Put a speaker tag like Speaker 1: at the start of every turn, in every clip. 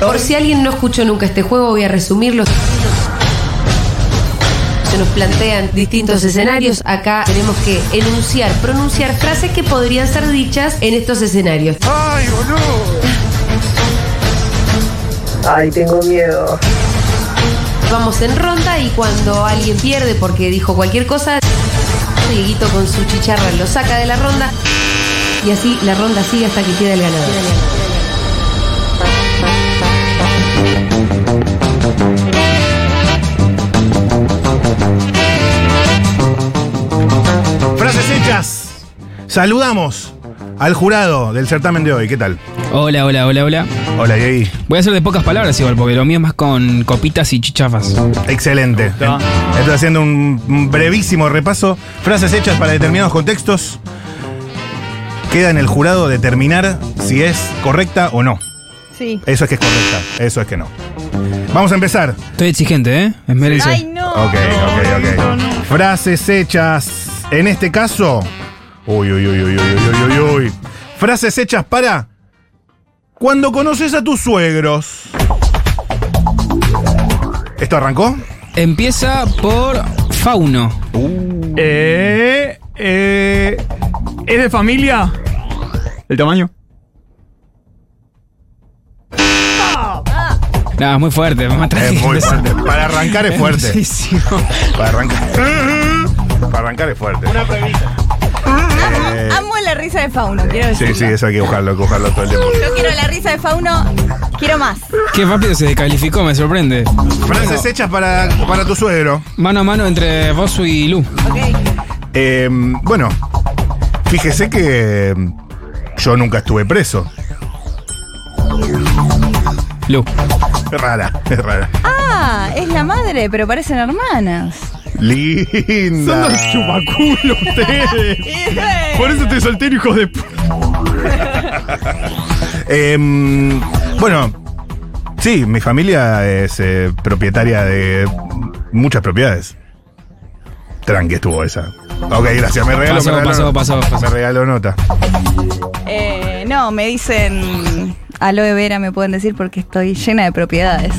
Speaker 1: Por si alguien no escuchó nunca este juego, voy a resumirlo. Se nos plantean distintos escenarios. Acá tenemos que enunciar, pronunciar frases que podrían ser dichas en estos escenarios.
Speaker 2: ¡Ay, boludo!
Speaker 3: Ay, tengo miedo.
Speaker 1: Vamos en ronda y cuando alguien pierde porque dijo cualquier cosa, Dieguito con su chicharra lo saca de la ronda y así la ronda sigue hasta que queda el ganador.
Speaker 2: Frases hechas. Saludamos al jurado del certamen de hoy. ¿Qué tal?
Speaker 4: Hola, hola, hola, hola.
Speaker 2: Hola, Diego.
Speaker 4: Voy a hacer de pocas palabras igual, porque lo mío es más con copitas y chichafas.
Speaker 2: Excelente.
Speaker 4: gustó.
Speaker 2: Estoy haciendo un un brevísimo repaso. Frases hechas para determinados contextos. Queda en el jurado determinar si es correcta o no.
Speaker 5: Sí.
Speaker 2: Eso es que es correcta, eso es que no. Vamos a empezar.
Speaker 4: Estoy exigente, ¿eh? Es
Speaker 5: Ay, no.
Speaker 2: Ok, ok, ok. Frases hechas. En este caso. Uy, uy, uy, uy, uy, uy, uy, uy, uy. Frases hechas para. Cuando conoces a tus suegros. ¿Esto arrancó?
Speaker 4: Empieza por Fauno.
Speaker 6: Eh, eh, ¿Es de familia? ¿El tamaño?
Speaker 4: Nada, Ah, es muy fuerte, me mata.
Speaker 2: Es muy fuerte. Para arrancar es fuerte.
Speaker 4: Hermosísimo.
Speaker 2: Para arrancar. Para arrancar es fuerte. Una
Speaker 5: Amo, amo la risa de Fauno, quiero decir.
Speaker 2: Sí, sí, eso hay que buscarlo, hay que buscarlo todo el tiempo.
Speaker 5: Yo quiero la risa de Fauno, quiero más.
Speaker 4: Qué rápido se descalificó, me sorprende.
Speaker 2: Frases hechas para, para tu suegro.
Speaker 4: Mano a mano entre Bosu y Lu.
Speaker 5: Ok.
Speaker 2: Eh, bueno, fíjese que mm, yo nunca estuve preso.
Speaker 5: Oh,
Speaker 4: Lu.
Speaker 2: Es rara, es rara.
Speaker 5: Ah, es la madre, pero parecen hermanas.
Speaker 6: Son
Speaker 2: Linda.
Speaker 6: dos chupaculos ustedes. Por eso estoy soltero, hijo de p-
Speaker 2: Eh, mm, bueno, sí, mi familia es eh, propietaria de muchas propiedades. Tranqui estuvo esa. Ok, gracias. Me regaló,
Speaker 4: Pasó,
Speaker 2: me regaló
Speaker 4: pasó,
Speaker 2: nota.
Speaker 4: pasó, pasó.
Speaker 2: Me regaló nota.
Speaker 5: Eh, no, me dicen aloe vera, me pueden decir, porque estoy llena de propiedades.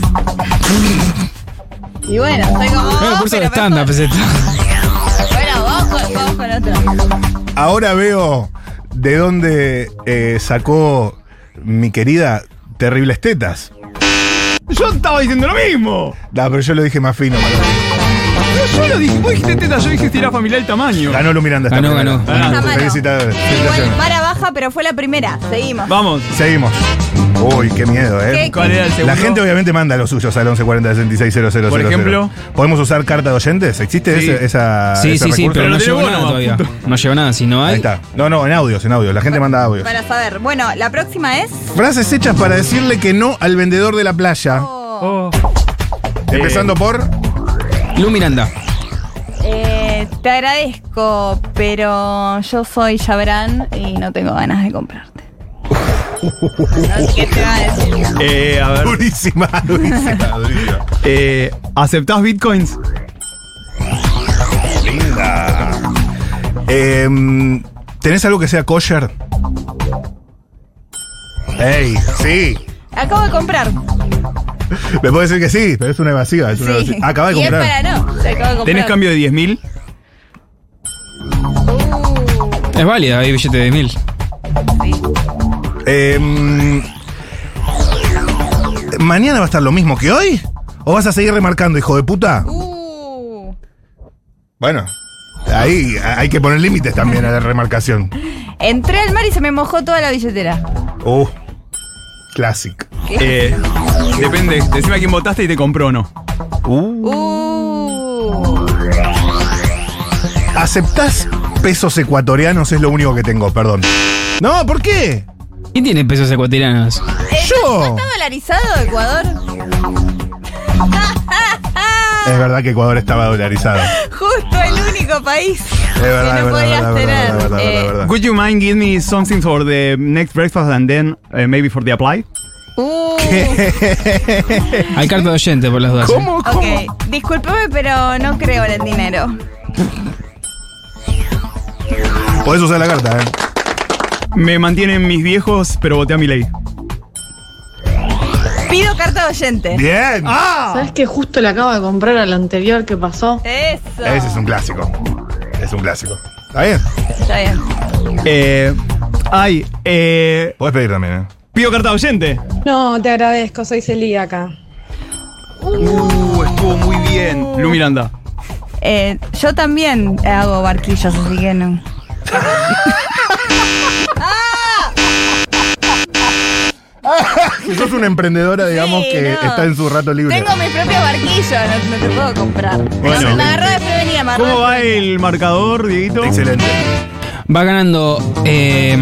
Speaker 5: Y bueno, estoy como.
Speaker 4: Era
Speaker 5: vos,
Speaker 4: un curso de
Speaker 5: pero
Speaker 4: stand-up,
Speaker 5: mejor.
Speaker 4: es esto.
Speaker 5: Bueno, vos con, vos con otro.
Speaker 2: Ahora veo de dónde eh, sacó mi querida Terribles Tetas.
Speaker 6: Yo estaba diciendo lo mismo.
Speaker 2: No, pero yo lo dije más fino.
Speaker 6: Pero yo lo dije. Vos dijiste teta, yo dije estirá familia el tamaño.
Speaker 2: Ganó Lu Miranda. esta
Speaker 4: Ganó,
Speaker 2: primera.
Speaker 4: ganó.
Speaker 6: Ah,
Speaker 5: Esta mano.
Speaker 2: Felicitaciones.
Speaker 5: Igual,
Speaker 2: Felicitaciones.
Speaker 5: vara baja, pero fue la primera. Seguimos.
Speaker 6: Vamos.
Speaker 2: Seguimos. Uy, qué miedo, ¿eh?
Speaker 5: ¿Qué?
Speaker 6: ¿Cuál era el segundo?
Speaker 2: La gente obviamente manda los suyos al 1140 660000.
Speaker 6: Por ejemplo.
Speaker 2: ¿Podemos usar carta de oyentes? ¿Existe
Speaker 6: Sí.
Speaker 2: ese- esa,
Speaker 4: Sí,
Speaker 2: Ah, ese
Speaker 4: sí, sí,
Speaker 2: recurso?
Speaker 4: pero
Speaker 6: Pero
Speaker 4: no
Speaker 6: tiene
Speaker 4: llegó
Speaker 6: bono,
Speaker 4: nada
Speaker 6: más
Speaker 4: todavía.
Speaker 6: punto.
Speaker 4: No llegó nada, si no
Speaker 2: Ahí
Speaker 4: hay.
Speaker 2: está. No, no, en audios, en audios. La gente manda audios.
Speaker 5: Para saber. Bueno, la próxima es.
Speaker 2: Frases hechas para decirle que no al vendedor de la playa.
Speaker 5: Oh,
Speaker 6: Oh.
Speaker 2: Empezando por.
Speaker 4: Lu Miranda.
Speaker 5: eh, te agradezco, pero yo soy Chabrán y no tengo ganas de comprarte. Así que te va a decir.
Speaker 6: Eh, a ver.
Speaker 2: Durísima, durísima, durísima.
Speaker 6: Eh, ¿Aceptás bitcoins?
Speaker 2: Linda. Em, ¿Tenés algo que sea kosher? ¡Ey! Sí.
Speaker 5: Acabo de comprar.
Speaker 2: Me puedo decir que sí, pero es una evasiva. Es una
Speaker 5: Sí.
Speaker 2: evasiva. Acaba de
Speaker 5: y
Speaker 2: comprar.
Speaker 5: es para no. Se acaba de comprar.
Speaker 6: ¿Tenés cambio de 10.000? mil?
Speaker 5: Uh,
Speaker 4: Es válida, hay billete de mil.
Speaker 2: Em, ¿Mañana va a estar lo mismo que hoy? ¿O vas a seguir remarcando, hijo de puta?
Speaker 5: uh.
Speaker 2: Bueno, ahí hay que poner límites también a la remarcación.
Speaker 5: Entré al mar y se me mojó toda la billetera.
Speaker 2: Uh, classic.
Speaker 6: Eh, depende. Decime a quién votaste y te compró o no.
Speaker 5: Uh.
Speaker 2: ¿Aceptás pesos ecuatorianos? Es lo único que tengo, perdón. No, ¿por qué?
Speaker 4: ¿Quién tiene pesos ecuatorianos?
Speaker 5: Eh,
Speaker 2: ¡Yo!
Speaker 5: ¿Está dolarizado Ecuador?
Speaker 2: Es verdad que Ecuador estaba dolarizado.
Speaker 5: Justo el único país
Speaker 2: Es verdad,
Speaker 5: que no
Speaker 2: es verdad, es
Speaker 5: podías
Speaker 2: verdad, es
Speaker 5: tener.
Speaker 2: verdad, es verdad, es
Speaker 5: Eh,
Speaker 2: verdad, es verdad.
Speaker 6: Would you mind give me something for the next breakfast and then eh, maybe for the apply?
Speaker 5: uh.
Speaker 4: Hay carta de oyente por las dudas. ¿eh?
Speaker 2: ¿Cómo? ¿Cómo?
Speaker 5: uh, Ok, discúlpame, pero no creo en el dinero.
Speaker 2: Podés usar la carta, ¿eh?
Speaker 6: Me mantienen mis viejos, pero voté a mi ley.
Speaker 5: Pido carta de oyente.
Speaker 2: Bien.
Speaker 7: ¿Sabes que justo le acabo de comprar al anterior que pasó?
Speaker 5: Eso.
Speaker 2: Ese es un clásico. Es un clásico. ¿Está bien?
Speaker 5: Está bien.
Speaker 6: Eh, ay, eh,
Speaker 2: Podés pedir también, ¿eh?
Speaker 6: pido carta de oyente.
Speaker 8: No, te agradezco, soy celíaca.
Speaker 6: Uh, estuvo muy bien. Lu Miranda.
Speaker 5: Eh, yo también hago barquillos, así que no.
Speaker 2: Si sos una emprendedora, digamos,
Speaker 5: Sí,
Speaker 2: que
Speaker 5: no.
Speaker 2: está en su rato libre.
Speaker 5: Tengo mis propios barquillos, no, no te puedo comprar.
Speaker 6: Bueno.
Speaker 5: me agarró de prevenida, me agarró
Speaker 6: ¿Cómo
Speaker 5: de
Speaker 6: va
Speaker 5: desprevenida.
Speaker 6: el marcador, Dieguito?
Speaker 2: Excelente.
Speaker 4: Va ganando eh,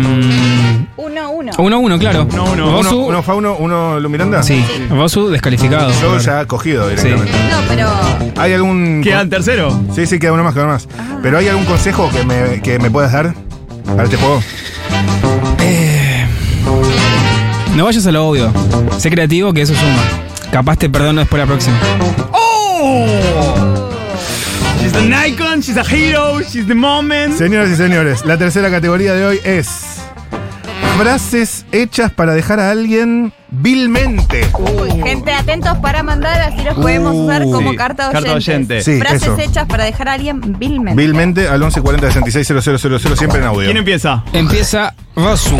Speaker 5: Uno, uno.
Speaker 4: 1-1, claro.
Speaker 6: Uno, uno.
Speaker 2: Uno,
Speaker 4: Bosu,
Speaker 2: uno Fauno, uno Lu Miranda.
Speaker 4: sí. Bosu descalificado.
Speaker 2: Yo ya cogido directamente.
Speaker 5: No, pero.
Speaker 2: ¿Hay algún.
Speaker 6: Quedan tercero.
Speaker 2: Sí, sí, queda uno más, queda uno más.
Speaker 5: Ah.
Speaker 2: Pero ¿hay algún consejo que me, que me puedas dar para este juego?
Speaker 4: No vayas a lo obvio. Sé creativo que eso suma. Capaz te perdono después la próxima.
Speaker 6: ¡Oh! She's an icon, she's a hero, she's the moment.
Speaker 2: Señoras y señores, la tercera categoría de hoy es. Frases hechas para dejar a alguien vilmente.
Speaker 5: Uy, gente, atentos para mandar, así los podemos usar
Speaker 2: Uh,
Speaker 5: como
Speaker 6: sí,
Speaker 5: carta de
Speaker 6: carta de
Speaker 5: oyentes.
Speaker 6: oyente.
Speaker 2: Sí,
Speaker 5: Frases
Speaker 2: eso.
Speaker 5: hechas para dejar a alguien vilmente.
Speaker 2: Vilmente al 1140 660000 siempre en audio.
Speaker 6: ¿Quién empieza?
Speaker 4: Empieza Bosu.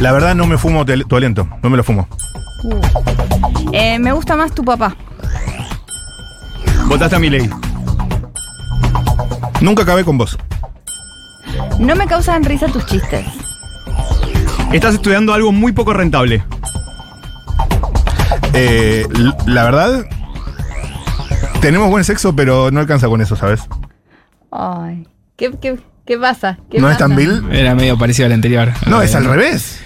Speaker 2: La verdad no me fumo tel- tu aliento, no me lo fumo.
Speaker 5: Eh, me gusta más tu papá.
Speaker 6: Votaste a Milei.
Speaker 2: Nunca acabé con vos.
Speaker 5: No me causan risa tus chistes.
Speaker 6: Estás estudiando algo muy poco rentable.
Speaker 2: Eh, l- la verdad, tenemos buen sexo, pero no alcanza con eso, ¿sabes?
Speaker 5: Ay. ¿Qué, qué, qué pasa? ¿Qué
Speaker 2: ¿No es
Speaker 5: pasa?
Speaker 2: tan vil?
Speaker 4: Era medio parecido al anterior.
Speaker 2: No,
Speaker 4: Eh,
Speaker 2: es al revés.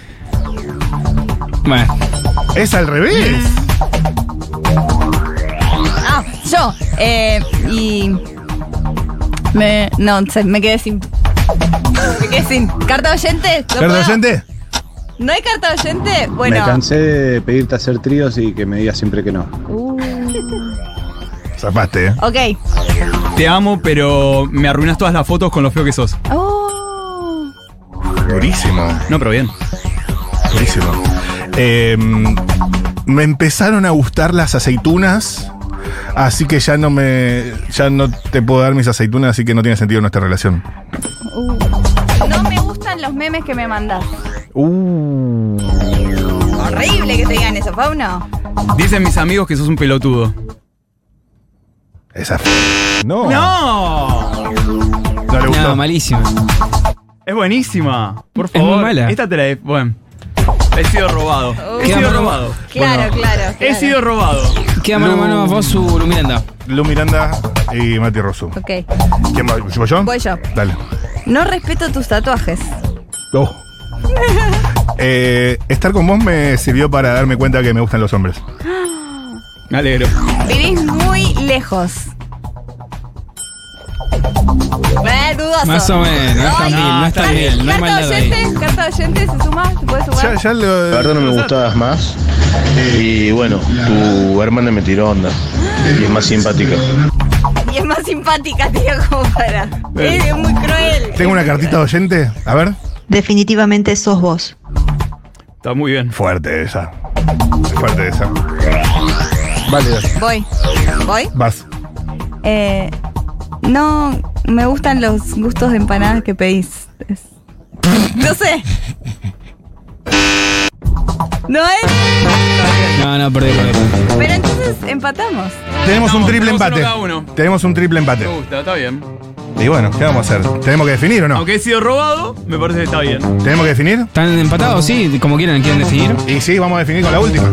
Speaker 4: Bueno,
Speaker 2: Es al revés.
Speaker 5: Mm. Ah, yo. Eh, y. Me, no, se- me quedé sin. Me quedé sin. ¿Carta de oyente? ¿No
Speaker 2: ¿Carta
Speaker 5: puedo?
Speaker 2: oyente?
Speaker 5: ¿No hay carta de oyente? Bueno.
Speaker 9: Me cansé de pedirte hacer tríos y que me digas siempre que no.
Speaker 2: Zapaste, ¿eh?
Speaker 5: Ok.
Speaker 6: Te amo, pero me arruinas todas las fotos con lo feo que sos.
Speaker 5: Oh.
Speaker 2: Durísimo,
Speaker 6: No, pero bien.
Speaker 2: durísimo. Eh, me empezaron a gustar las aceitunas, así que ya no me. Ya no te puedo dar mis aceitunas, así que no tiene sentido nuestra relación.
Speaker 5: Uh. No me gustan los memes que me mandas. Horrible que te digan eso, Fauno.
Speaker 6: Dicen mis amigos que sos un pelotudo.
Speaker 2: Esa. f-
Speaker 6: Oh.
Speaker 2: No.
Speaker 6: ¡No!
Speaker 2: No le gustó.
Speaker 4: no, malísimo.
Speaker 6: Es buenísima. Por
Speaker 4: Es muy
Speaker 6: favor.
Speaker 4: mala.
Speaker 6: Esta te la he. Bueno. He sido robado.
Speaker 5: Oh.
Speaker 6: He sido
Speaker 4: Queda
Speaker 6: robado.
Speaker 5: Claro, claro,
Speaker 6: He
Speaker 5: claro.
Speaker 6: sido robado.
Speaker 4: Queda mano a mano Bosu, Lumiranda.
Speaker 2: Lu Miranda y Mati Rosu.
Speaker 5: Ok.
Speaker 2: ¿Quién va? ¿Voy yo?
Speaker 5: Voy yo.
Speaker 2: Dale.
Speaker 5: No respeto tus tatuajes.
Speaker 2: Oh. Eh, estar con vos me sirvió para darme cuenta que me gustan los hombres.
Speaker 6: Me alegro.
Speaker 5: Vivís muy lejos. Eh, dudoso.
Speaker 4: Más o menos, no es tan
Speaker 5: Ay,
Speaker 4: vil, no es tan vil, no hay
Speaker 5: carta
Speaker 4: maldad ahí.
Speaker 5: oyente, carta oyente, se suma, se puede
Speaker 2: Ya,
Speaker 5: sumar.
Speaker 2: ya lo-
Speaker 9: La verdad no me gustabas más. Y bueno, tu hermana me tiró onda. Y es más simpática.
Speaker 5: Y es más simpática, tío, como para. Es, es muy cruel.
Speaker 2: Tengo una cartita de oyente. A ver.
Speaker 10: Definitivamente sos vos.
Speaker 6: Está muy bien.
Speaker 2: Fuerte esa. Fuerte esa. Vale,
Speaker 5: Voy. Voy.
Speaker 2: vas.
Speaker 5: Eh, no me gustan los gustos de empanadas que pedís. Es- No sé. No es.
Speaker 4: No, no, perdí, perdí. perdí.
Speaker 5: Pero entonces empatamos.
Speaker 2: Tenemos un
Speaker 6: Estamos,
Speaker 2: triple
Speaker 6: tenemos uno
Speaker 2: empate.
Speaker 6: cada uno.
Speaker 2: Tenemos un triple
Speaker 6: Me
Speaker 2: empate.
Speaker 6: gusta, está bien.
Speaker 2: Y bueno, ¿qué vamos a hacer? ¿Tenemos que definir o no?
Speaker 6: Aunque he sido robado, me parece que está bien.
Speaker 2: ¿Tenemos que definir?
Speaker 4: ¿Están empatados? Sí, como quieran, quieren definir.
Speaker 2: Y sí, vamos a definir con la última.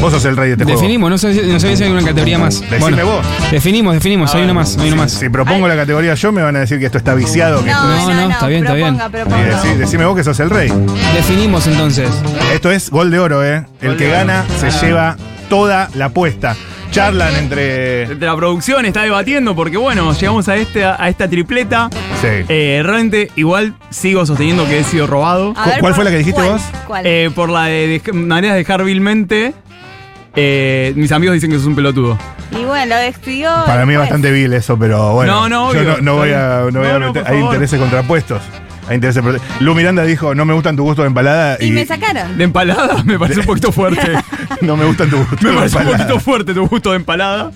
Speaker 2: Vos sos el rey de este juego.
Speaker 4: Definimos, no sé, si- no sabía si hay una categoría más.
Speaker 2: Decime
Speaker 4: bueno,
Speaker 2: vos.
Speaker 4: Definimos, definimos,
Speaker 6: A
Speaker 4: hay
Speaker 6: ver,
Speaker 4: una más, hay una más.
Speaker 2: Si propongo la categoría yo, me van a decir que esto está viciado. Que
Speaker 4: No, no, está bien, está bien.
Speaker 5: proponga,
Speaker 2: Y
Speaker 5: proponga.
Speaker 2: decí- decime vos que sos el rey.
Speaker 4: Definimos entonces.
Speaker 2: Esto es gol de oro, ¿eh? El
Speaker 6: Gol
Speaker 2: que
Speaker 6: de oro. Ah.
Speaker 2: gana se lleva toda la apuesta. Charlan entre.
Speaker 6: Entre La producción está debatiendo porque, bueno, llegamos a, este, a esta tripleta.
Speaker 2: Sí.
Speaker 6: Eh, realmente, igual sigo sosteniendo que he sido robado.
Speaker 5: A
Speaker 2: ¿Cu- cuál
Speaker 5: por-
Speaker 2: fue la que dijiste
Speaker 5: ¿cuál?
Speaker 2: vos?
Speaker 5: Ah, ¿Cuál?
Speaker 6: Eh, por la de dej- maneras de dejar vilmente. eh, mis amigos dicen que sos un pelotudo.
Speaker 5: y bueno, lo despidió.
Speaker 2: Para mí es
Speaker 5: después.
Speaker 2: bastante vil eso, pero bueno.
Speaker 6: No, no,
Speaker 2: yo
Speaker 6: obvio.
Speaker 2: no, no voy a. no voy a
Speaker 6: No, no,
Speaker 2: meter-
Speaker 6: por
Speaker 2: hay
Speaker 6: favor.
Speaker 2: intereses contrapuestos. Hay intereses prote- Lu Miranda dijo, no me gustan tus gustos de empalada.
Speaker 5: Y me sacaron.
Speaker 6: De empalada me parece un poquito fuerte.
Speaker 2: No me gustan tus gustos
Speaker 6: Me
Speaker 2: de
Speaker 6: parece un
Speaker 2: empalada.
Speaker 6: poquito fuerte tu gusto de empalada.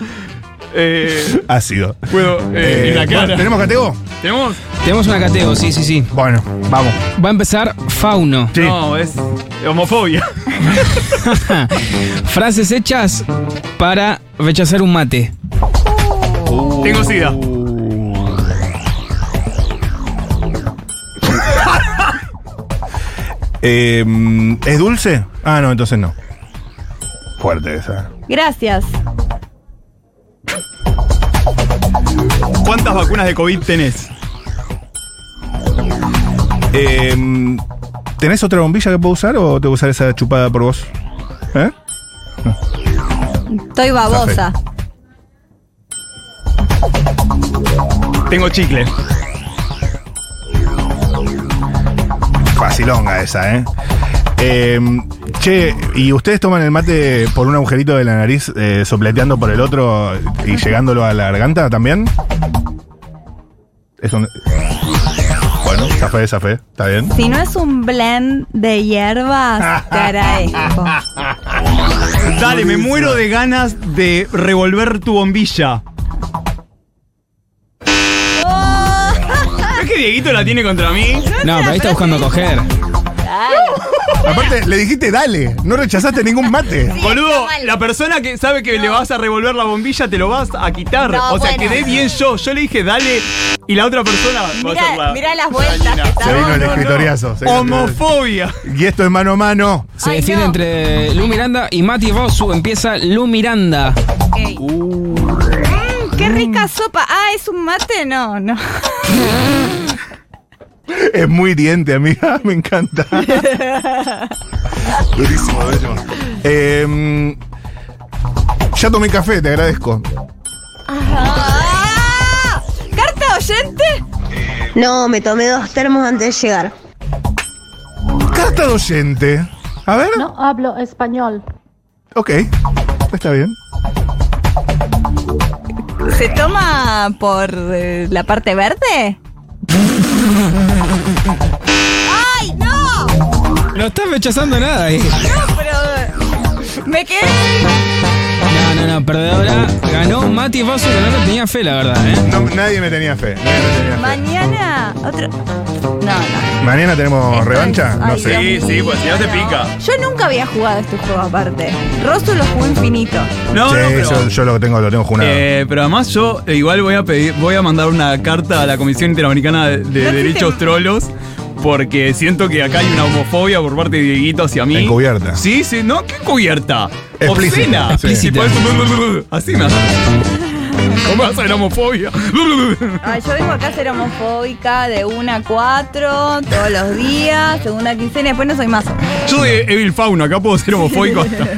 Speaker 6: Eh,
Speaker 2: Ácido.
Speaker 6: puedo. Eh,
Speaker 2: Eh,
Speaker 6: y la cara.
Speaker 2: bueno, ¿Tenemos catego?
Speaker 6: ¿Tenemos?
Speaker 4: Tenemos una cateo, sí, sí, sí.
Speaker 2: Bueno, vamos.
Speaker 4: Va a empezar Fauno.
Speaker 2: Sí.
Speaker 6: No, es homofobia.
Speaker 4: Frases hechas para rechazar un mate.
Speaker 6: Tengo sida.
Speaker 2: Eh, ¿Es dulce? Ah, no, entonces no. Fuerte esa.
Speaker 5: Gracias.
Speaker 6: ¿Cuántas vacunas de COVID tenés?
Speaker 2: Eh, ¿Tenés otra bombilla que puedo usar o te voy a usar esa chupada por vos? ¿Eh?
Speaker 5: Estoy babosa.
Speaker 6: Tengo chicle.
Speaker 2: Facilonga esa, ¿eh? Eh, Che, ¿y ustedes toman el mate por un agujerito de la nariz, eh, sopleteando por el otro y llegándolo a la garganta también? Es un- Bueno, esa fe, esa fe, está bien.
Speaker 5: Si no es un blend de hierbas, te agradezco.
Speaker 6: Dale, me muero de ganas de revolver tu bombilla. ¿Ves que Dieguito la tiene contra mí?
Speaker 4: No, pero ahí está buscando coger.
Speaker 2: Aparte, le dijiste dale, no rechazaste ningún mate.
Speaker 6: Boludo,
Speaker 5: mal.
Speaker 6: la persona que sabe que le vas a revolver la bombilla te lo vas a quitar.
Speaker 5: No,
Speaker 6: o sea,
Speaker 5: bueno.
Speaker 6: quedé bien yo. Yo le dije dale y la otra persona va a ser
Speaker 5: Mirá,
Speaker 6: la-
Speaker 5: mirá las
Speaker 6: la
Speaker 5: vueltas que
Speaker 6: gallina.
Speaker 5: está
Speaker 2: Se vino el
Speaker 5: dando.
Speaker 2: escritoriazo. se vino el escritoriazo.
Speaker 6: Homofobia.
Speaker 2: Y esto es mano a mano.
Speaker 4: Se
Speaker 5: Ay,
Speaker 4: decide
Speaker 5: no.
Speaker 4: entre Lu Miranda y Mati Rosu. Empieza Lu Miranda.
Speaker 5: Ok. Mm, qué rica sopa. Ah, ¿es un mate? No, no.
Speaker 2: Es muy diente, amiga. Me encanta. durísimo, durísimo. Eh, ya tomé café, te agradezco.
Speaker 5: Ah, ¿Carta oyente?
Speaker 10: No, me tomé dos termos antes de llegar.
Speaker 2: Carta de oyente. A ver.
Speaker 7: No hablo español.
Speaker 2: Ok. Está bien.
Speaker 5: ¿Se toma por eh, la parte verde? ¡Ay, no!
Speaker 4: No estás rechazando nada ahí.
Speaker 5: No, pero. eh, Me quedé.
Speaker 4: No, no, no, perdedora. Ganó Mati Rosu, que no le tenía fe, la verdad, ¿eh?
Speaker 2: No, nadie me tenía fe. nadie me tenía fe.
Speaker 5: Mañana. Otro. No, no.
Speaker 2: Mañana tenemos
Speaker 5: Esto
Speaker 2: revancha.
Speaker 5: es-
Speaker 2: No
Speaker 5: ay,
Speaker 2: sé.
Speaker 5: Dios
Speaker 6: Sí, sí, pues, si no te
Speaker 5: mío,
Speaker 6: pica.
Speaker 5: Yo nunca había jugado este juego aparte. Rosu lo jugó infinito.
Speaker 6: No,
Speaker 2: Sí,
Speaker 6: no, pero-
Speaker 2: yo, yo lo tengo, lo tengo junado.
Speaker 6: Eh, pero además yo eh, igual voy a pedir, voy a mandar una carta a la Comisión Interamericana de, de
Speaker 5: No,
Speaker 6: Derechos
Speaker 5: sí.
Speaker 6: Trolos. Porque siento que acá hay una homofobia por parte de Dieguito hacia mí.
Speaker 2: Encubierta.
Speaker 6: Sí, sí, no, ¿qué encubierta?
Speaker 2: Explícita,
Speaker 6: Obscena.
Speaker 2: sí.
Speaker 6: Y por eso- Así me hace. ¿Cómo vas a ser homofobia?
Speaker 5: Ay, yo vengo acá a ser homofóbica de 1 a 4 todos los días, segunda quincena, después no soy más.
Speaker 6: Yo soy Evil Fauna, acá puedo ser homofóbico hasta.